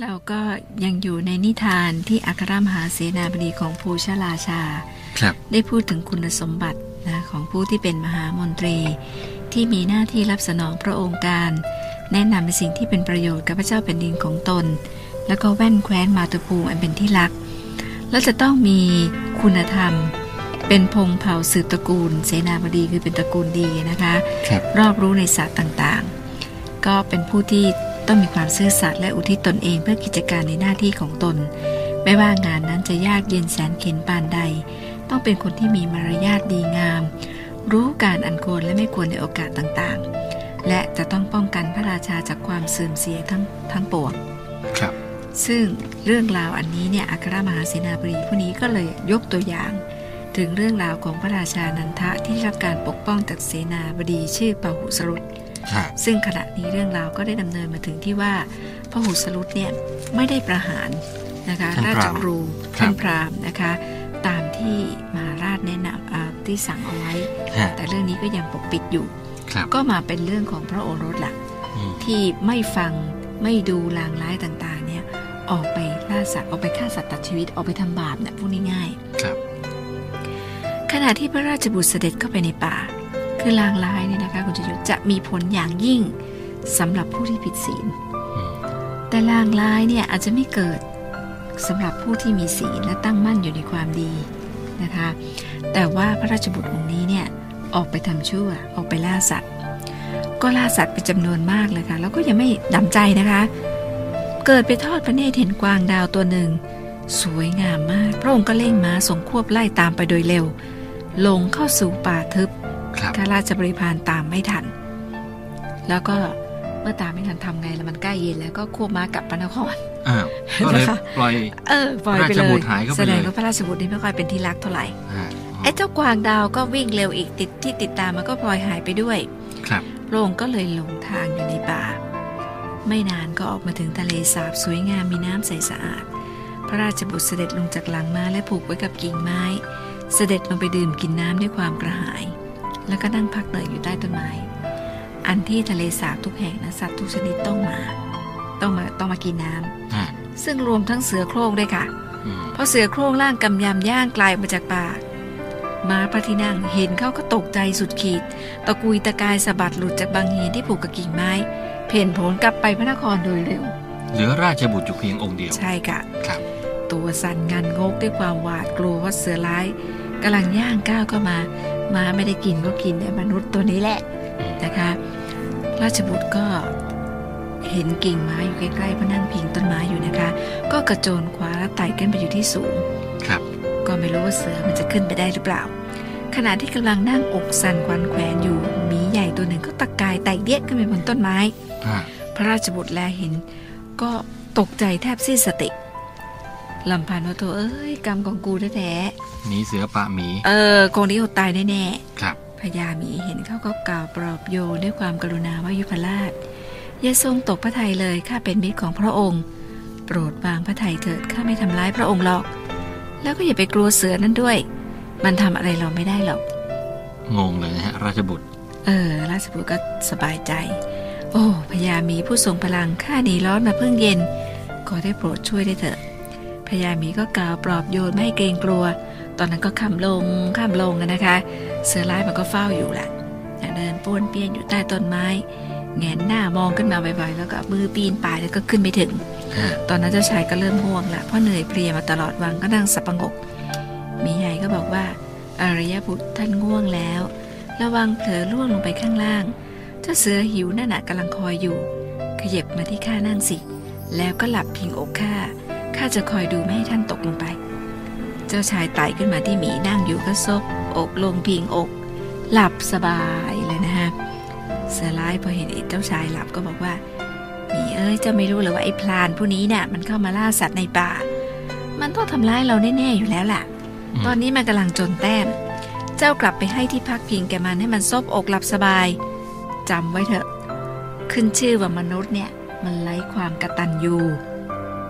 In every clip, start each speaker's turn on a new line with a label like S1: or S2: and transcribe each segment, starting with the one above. S1: เราก็ยังอยู่ในนิทานที่อัครมหาเสนาบดีของภูชราชา
S2: ครับ
S1: ได้พูดถึงคุณสมบัตินะของผู้ที่เป็นมหามนตรี ที่มีหน้าที่รับสนองพระองค์การ แนะนำในสิ่งที่เป็นประโยชน์กับพระเจ้าแผ่นดินของตน แล้วก็แว่นแคว้นมาตุภูมิอันเป็นที่รัก และจะต้องมีคุณธรรม เป็นพงศ์เผ่าสืบตระกูล เสนาบดีคือเป็นตระกูลดีนะคะ
S2: ครับ
S1: รอบรู้ในศาสตร์ต่างๆ ก็เป็นผู้ที่ต้องมีความซื่อสัตย์และอุทิศตนเองเพื่อกิจการในหน้าที่ของตน ไม่ว่างานนั้นจะยากเย็นแสนเข็ญปานใด ต้องเป็นคนที่มีมารยาทดีงาม รู้การอันควรและไม่ควรในโอกาสต่างๆ และจะต้องป้องกันพระราชาจากความเสื่อมเสียทั้งทั้งปวง
S2: ครับ
S1: ซึ่งเรื่องราวอันนี้เนี่ยอัครมหาเสนาบดีผู้นี้ก็เลยยกตัวอย่าง ถึงเรื่องราวของพระราชานันทะที่ได้รับการปกป้องจากเสนาบดีชื่อปาหุสรุต
S2: ฮะ
S1: ซึ่งขณะนี้เรื่องราวก็ได้ดำเนินมาถึงที่ว่าพระหุสรุตเนี่ยไม่ได้ประหารนะคะราชครูท่านพราหมณ์นะคะ ตามที่มหาราชแนะนำอ่าที่สั่งเอาไว้
S2: ฮะ
S1: แต่เรื่องนี้ก็ยังปกปิดอยู่
S2: ครับ
S1: ก็มาเป็นเรื่องของพระโอรสละ
S2: อืม
S1: ที่ไม่ฟังไม่ดูลางร้ายต่างๆเนี่ยออกไปล่าสัตว์ออกไปฆ่าสัตว์ตัดชีวิตออกไปทำบาปเนี่ยพูดง่ายๆ
S2: ครับ
S1: ขณะที่พระราชบุตรเสด็จเข้าไปในป่า คือลางร้ายเนี่ยนะคะคุณจยุทธจะมีผลอย่างยิ่งสำหรับผู้ที่ผิดศีล
S2: อืม
S1: แต่ลางร้ายเนี่ยอาจจะไม่เกิดสำหรับผู้ที่มีศีลและตั้งมั่นอยู่ในความดีนะคะ แต่ว่าพระราชบุตรองค์นี้เนี่ยออกไปทำชั่วออกไปล่าสัตว์ ก็ล่าสัตว์เป็นจำนวนมากเลยค่ะแล้วก็ยังไม่ดํใจนะคะ เกิดไปทอดพระเนตรเห็นกวางดาวตัวหนึ่ง สวยงามมาก พระองค์ก็เร่งม้าทรงควบไล่ตามไปโดยเร็ว ลงเข้าสู่ป่าทึบ
S2: ครับ
S1: ข้าราชบริพารตามไม่ทัน แล้วก็เมื่อตามไม่ทันทำไงแล้วมันใกล้เย็นแล้วก็ควบม้ากลับพระนคร
S2: อ้าวก็เลย
S1: นะคะ
S2: ปล่อย
S1: เออปล่อยไป
S2: ราช
S1: เล
S2: บุ
S1: ย
S2: ตรหายเข้าไปเลย
S1: แสดงว่าพระราชบุตรนี่ไม่ค่อยเป็นที่รักเท่าไหร่
S2: ฮะ
S1: ไอ้เจ้ากวางดาวก็วิ่งเร็วอีกติดที่ติดตามมันก็พลอยหายไปด้วย
S2: ครับ
S1: พระองค์ก็เลยหลงทางอยู่ในป่า ไม่นานก็ออกมาถึงทะเลสาบสวยงามมีน้ำใสสะอาด พระราชบุตรเสด็จลงจากหลังม้าและผูกไว้กับกิ่งไม้ เสด็จลงไปดื่มกินน้ำด้วยความกระหาย แล้วก็นั่งพักเหนื่อยอยู่ใต้ต้นไม้ อันที่ทะเลสาบทุกแห่งนะสัตว์ทุกชนิดต้องมา ต้องมาต้องมากินน้ำ
S2: ฮะ
S1: ซึ่งรวมทั้งเสือโคร่งด้วยค่ะ
S2: อืม
S1: พอเสือโคร่งร่างกำยำย่างกลายออกมาจากป่าม้าพระที่นั่งเห็นเข้าก็ตกใจสุดขีด ตะกุยตะกายสะบัดหลุดจากบางเหียนที่ผูกกับกิ่งไม้ เพ่นโผลกลับไปพระนครโดยเร็ว
S2: เหลือราชบุตรอยู่เพียงองค์เดียว
S1: ใช่ค่ะ
S2: ครับ
S1: ตัวสั่นงันงกด้วยความหวาดกลัวว่าเสือร้ายกำลังย่างก้าวเข้ามา ม้าไม่ได้กินก็กินแต่มนุษย์ตัวนี้แหละ
S2: อืม
S1: นะคะ ราชบุตรก็เห็นกิ่งไม้อยู่ใกล้ๆเพราะนั่งพิงต้นไม้อยู่นะคะ ก็กระโจนคว้าและไต่ขึ้นไปอยู่ที่สูง
S2: ครับ
S1: ก็ไม่รู้ว่าเสือมันจะขึ้นไปได้หรือเปล่า ขณะที่กำลังนั่งอกสั่นควันแขวนอยู่หมีใหญ่ตัวหนึ่งก็ตะกายไต่เดียกขึ้นไปบนต้นไม้
S2: ฮะ
S1: พระราชบุตรแลเห็น ก็ตกใจแทบสิ้นสติลำพันว่าตัวเอ้ยกรรมของกูแท้
S2: หนีเสือปะหมี
S1: ๆเออคงนี้อดตายแน่ๆ
S2: ครับ
S1: พญาหมีเห็นเขาก็กล่าวปลอบโยนด้วยความกรุณาว่ายุพราชอย่าทรงตกพระทัยเลยข้าเป็นมิตรของพระองค์ โปรดวางพระทัยเถิดข้าไม่ทำร้ายพระองค์หรอก แล้วก็อย่าไปกลัวเสือนั่นด้วย มันทำอะไรเราไม่ได้หรอก
S2: งงเลยนะฮะราชบุตร
S1: เออ ราชบุตรก็สบายใจ โอ้พญาหมีผู้ทรงพลังข้าหนีร้อนมาเพิ่งเย็น ขอได้โปรดช่วยได้วยเถอะพญาหมีก็กล่าวปลอบโยนไม่ให้เกรงกลัว ตอนนั้นก็ขำลงข้ามลงกันนะคะ เสือร้ายมันก็เฝ้าอยู่แหละแต่เดินป้วนเปี้ยนอยู่ใต้ต้นไม้แงนหน้ามองขึ้นมาบ่อยๆแล้วก็มือปีนป่ายแล้วก็ขึ้นไม่ถึง
S2: ฮะ
S1: ตอนนั้นเจ้าชายก็เริ่มห่วงละเพราะเหนื่อยเพลียมาตลอดวังก็นั่งสับประงกหมีใหญ่ก็บอกว่า อารยบุตรท่านง่วงแล้ว ระวังเผลอล่วงลงไปข้างล่าง เจ้าเสือหิวนั่นน่ะกำลังคอยอยู่ ขยับมาที่ข้านั่งสิ แล้วก็หลับพิงอกข้าข้าจะคอยดูไม่ให้ท่านตกลงไป เจ้าชายไต่ขึ้นมาที่หมีนั่งอยู่ก็ซบอกลงพิงอก หลับสบายเลยนะฮะเสือร้ายพอเห็นไอ้เจ้าชายหลับก็บอกว่า หมีเอ้ยเจ้าไม่รู้เลยว่าไอ้พลานผู้นี้น่ะมันเข้ามาล่าสัตว์ในป่า มันต้องทำร้ายเราแน่ๆอยู่แล้วล่ะ
S2: ม
S1: ตอนนี้มันกำลังจนแต้ม เจ้ากลับไปให้ที่พักพิงแกมันให้มันซบอกหลับสบายจำไว้เถอะ ขึ้นชื่อว่ามนุษย์เนี่ยมันไร้ความกระตันยู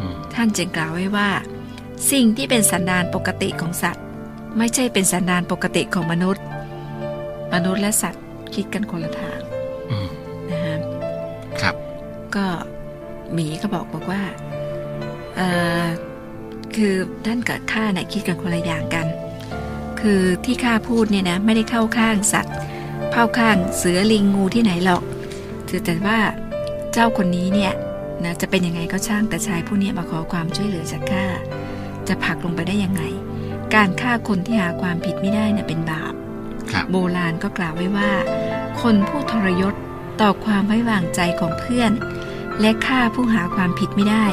S2: อืม
S1: ท่านจึงกล่าวไว้ว่า สิ่งที่เป็นสันดานปกติของสัตว์ ไม่ใช่เป็นสันดานปกติของมนุษย์ มนุษย์และสัตว์คิดกันคนละทาง
S2: อืม
S1: นะฮะ
S2: ครับ
S1: ก็หมีก็บอกบอกว่า เอ่อคือท่านกับข้าเนี่ยคิดกันคนละอย่างกัน คือที่ข้าพูดเนี่ยนะไม่ได้เข้าข้างสัตว์เข้าข้างเสือลิงงูที่ไหนหรอกถือแต่ว่าเจ้าคนนี้เนี่ยนะจะเป็นยังไงก็ช่างแต่ชายผู้เนี้มาขอความช่วยเหลือจากข้าจะผลักลงไปได้ยังไง การฆ่าคนที่หาความผิดไม่ได้เนี่ยเป็นบาป
S2: ครับ
S1: โบราณก็กล่าวไว้ว่า คนผู้ทรยศต่อความไว้วางใจของเพื่อน และฆ่าผู้หาความผิดไม่ได้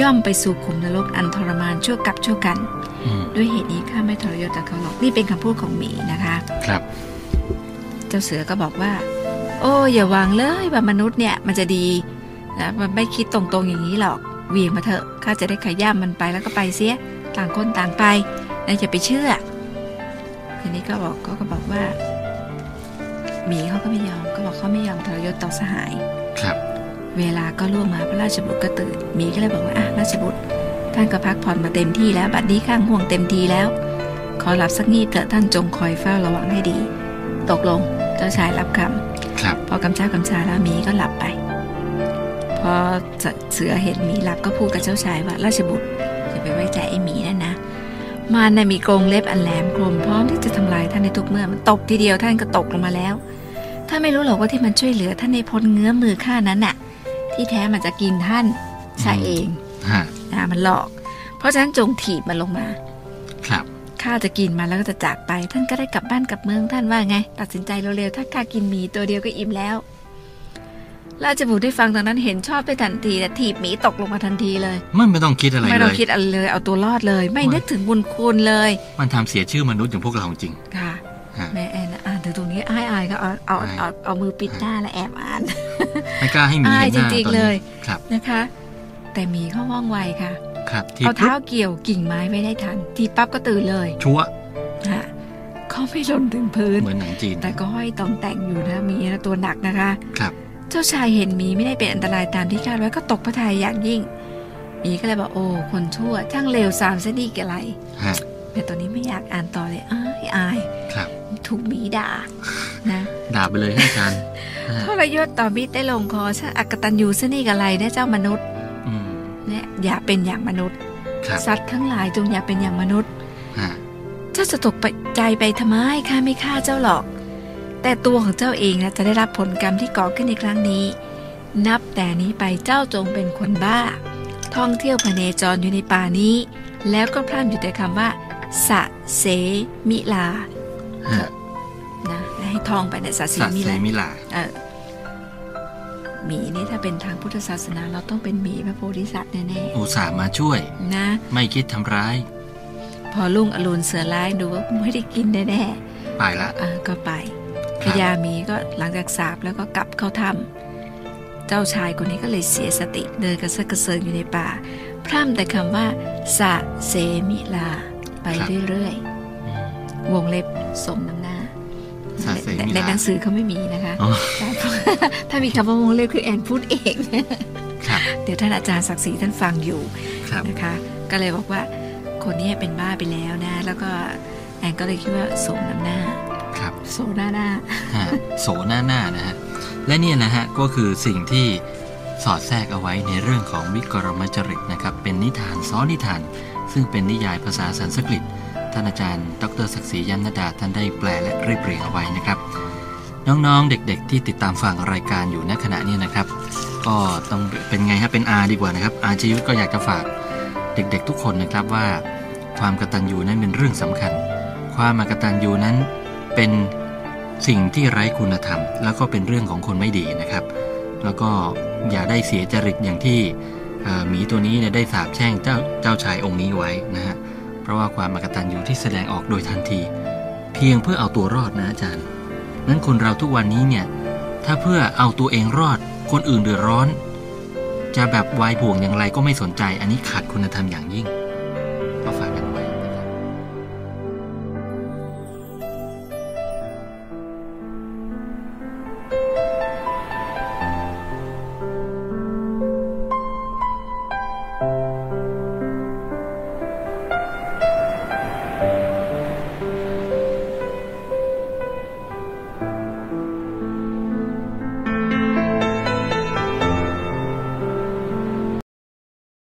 S1: ย่อมไปสู่ขุมนรกอันทรมานชั่วกับชั่วกัน
S2: อืม
S1: ด้วยเหตุนี้ข้าไม่ทรยศต่อเขาหรอกนี่เป็นคำพูดของหมีนะคะ
S2: ครับ
S1: เจ้าเสือก็บอกว่า โอ้อย่าหวังเลยว่ามนุษย์เนี่ยมันจะดีนะมันไม่คิดตรงๆอย่างนี้หรอกเหวียงมาเถอะข้าจะได้ขย่ามมันไปแล้วก็ไปเสียต่างคนต่างไปนะอย่าไปเชื่อทีนี้ก็บอกก็ก็บอกว่าหมีเขาก็ไม่ยอมก็บอกเขาไม่ยอมทรยศต่อสหาย
S2: ครับ
S1: เวลาก็ล่วงมาพระราชบุตรก็ตื่นหมีก็เลยบอกว่าอ่ะราชบุตร ท่านก็พักผ่อนมาเต็มที่แล้วบัดนี้ข้างห่วงเต็มทีแล้ว ขอหลับสักงีบเถอะท่านจงคอยเฝ้าระวังให้ดี ตกลงเจ้าชายรับคำ
S2: ครับ
S1: พอกำชากำชาแล้วหมีก็หลับไป พอเสือเห็นหมีหลับก็พูดกับเจ้าชายว่าราชบุตรอย่าไปไว้ใจไอ้หมีนั่นนะ มันน่ะมีกรงเล็บอันแหลมคมพร้อมที่จะทำลายท่านในทุกเมื่อมันตบทีเดียวท่านก็ตกลงมาแล้วท่านไม่รู้หรอกว่าที่มันช่วยเหลือท่านในพ้นเงื้อมือข้านั้นน่ะ ที่แท้มันจะกินท่านใช่เอง
S2: ฮะ
S1: นะมันหลอก เพราะฉะนั้นจงถีบมันลงมา
S2: ครับ
S1: ข้าจะกินมันแล้วก็จะจากไป ท่านก็ได้กลับบ้านกลับเมืองท่านว่าไง ตัดสินใจเร็วๆถ้าข้ากินหมีตัวเดียวก็อิ่มแล้ว ราชบุตรได้ฟังตอนนั้นเห็นชอบไปทันทีแต่ถีบหมีตกลงมาทันทีเลย
S2: มันไม่ต้องคิดอะไร
S1: ไม่
S2: เล
S1: ต้อง
S2: ย
S1: คิดอะไรเลย เอาตัวรอดเลย ไม่
S2: โอ้ย
S1: นึกถึงบุญคุณเลย
S2: มันทำเสียชื่อมนุษย์อย่างพวกเราจริง
S1: ค่ะ
S2: ฮะ
S1: แม่แอนอ่านถึงตรงนี้อายอายก็เอาเอาเอาเอาเอามือปิดหน้าและแอบอ่าน
S2: ไม่กล้าให้หมี
S1: อา
S2: เห็
S1: ย
S2: นหน้า
S1: จริง
S2: ตอ
S1: ๆ
S2: น
S1: เล
S2: นี้
S1: ย
S2: ครับ
S1: นะคะ แต่หมีเขาว่องไวค่ะ
S2: ครับ ที่
S1: เอาเท้าเกี่ยวกิ่งไม้ไว้ได้ทัน ทีปั๊บก็ตื่นเลย
S2: ชั่ว
S1: ค่ะเขาไม่หล่นถึงพื้น
S2: เหมือนหนังจีน
S1: แต่ก็ห้อยตองแต่งอยู่นะหมีนะตัวหนักนะคะ
S2: ครับ
S1: เจ้าชายเห็นหมีไม่ได้เป็นอันตรายตามที่คาดไว้ก็ตกพระทัยอย่างยิ่งหมีก็เลยบอกโอ้คนชั่วช่างเลวสามซะดีกะไร
S2: ฮะ
S1: แต่ตอนนี้ไม่อยากอ่านต่อเลยอายอาย
S2: ครับ
S1: ถูกหมี ด่านะ
S2: ด่าไปเลยให้อาจารย์ฮะ
S1: ทรยศต่อมิตรได้ลงคอช่างอักตันยูซะนี่กะไรนะเจ้ามนุษย์
S2: อืม
S1: เนี่ยอย่าเป็นอย่างมนุษย์
S2: ครับ
S1: สัตว์ทั้งหลายจงอย่าเป็นอย่างมนุษย์
S2: ฮะ
S1: เจ้าจะตกไปใจไปทำไมข้าไม่ฆ่าเจ้าหรอก แต่ตัวของเจ้าเองนะจะได้รับผลกรรมที่ก่อขึ้นในครั้งนี้ นับแต่นี้ไปเจ้าจงเป็นคนบ้า ท่องเที่ยวพเนจรอยู่ในป่านี้ แล้วก็พร่ำอยู่แต่คำว่า สะเสมิลา
S2: ฮะ
S1: นะให้ท่องไปเนี่ยสะเส
S2: สตว์
S1: มิ
S2: เส
S1: ลา
S2: มิลา
S1: เออหมีนี่ถ้าเป็นทางพุทธศาสนาเราต้องเป็นหมีพระโพธิสัตว์แน่
S2: อุตส่าห์มาช่วย
S1: ๆนะ
S2: ไม่คิดทำร้าย
S1: พอลุงอรุณเสือร้ายดูว่าไม่ได้กินแน่
S2: ไปละ
S1: ๆอ่ะก็ไปพ
S2: ครับ
S1: ญาหมีก็หลังจากสาบแล้วก็กลับเข้าถ้ำเจ้าชายคนนี้ก็เลยเสียสติเดินกระเซาะกระเซิงอยู่ในป่า พร่ำแต่คำว่าสะเสมิลา ไปเรื่อย
S2: อืม
S1: ๆ วงเล็บสมน้ำหน้า
S2: สะเสมิลา
S1: ในในหนังสือเขาไม่มีนะคะ
S2: อ๋อ
S1: ถ้ามีคำว่าวงเล็บคือแอนพูดเอง
S2: ครับ
S1: เดี๋ยวท่านอาจารย์ศักดิ์ศรีท่านฟังอยู่
S2: ครับ
S1: นะคะ ก็เลยบอกว่าคนเนี้เป็นบ้าไปแล้วนะ แล้วก็แอนก็เลยคิดว่าสมน้ำหน้า
S2: ครับ
S1: โซหน้าหน้า
S2: ฮะโสหน้าหน้านะฮะ และเนี่ยนะฮะ ก็คือสิ่งที่สอดแทรกเอาไว้ในเรื่องของวิกรมจริตนะครับ เป็นนิทานซ้อนนิทาน ซึ่งเป็นนิยายภาษาสันสกฤต ท่านอาจารย์ดรศักดิ์ศรียันนดาท่านได้แปลและเรียบเรียงเอาไว้นะครับ น้องๆ เด็กๆ ที่ติดตามฟังรายการอยู่ณขณะนี้นะครับ ก็ต้องเป็นไงฮะเป็นอาดีกว่านะครับ อาชียุทธก็อยากจะฝากเด็กๆ ทุกคนนะครับว่า ความกตัญญูนั้นเป็นเรื่องสำคัญ ความมากตัญญูนั้นเป็นสิ่งที่ไร้คุณธรรม แล้วก็เป็นเรื่องของคนไม่ดีนะครับ แล้วก็อย่าได้เสียจริตอย่างที่เอ่อหมีตัวนี้เนี่ยได้สาบแช่งเจ้าเจ้าชายองค์นี้ไว้นะฮะเพราะว่าความมากตัญญูที่แสดงออกโดยทันที เพียงเพื่อเอาตัวรอดนะอาจารย์ นั้นคนเราทุกวันนี้เนี่ย ถ้าเพื่อเอาตัวเองรอด คนอื่นเดือดร้อน จะแบบวายบ่วงอย่างไรก็ไม่สนใจ อันนี้ขาดคุณธรรมอย่างยิ่ง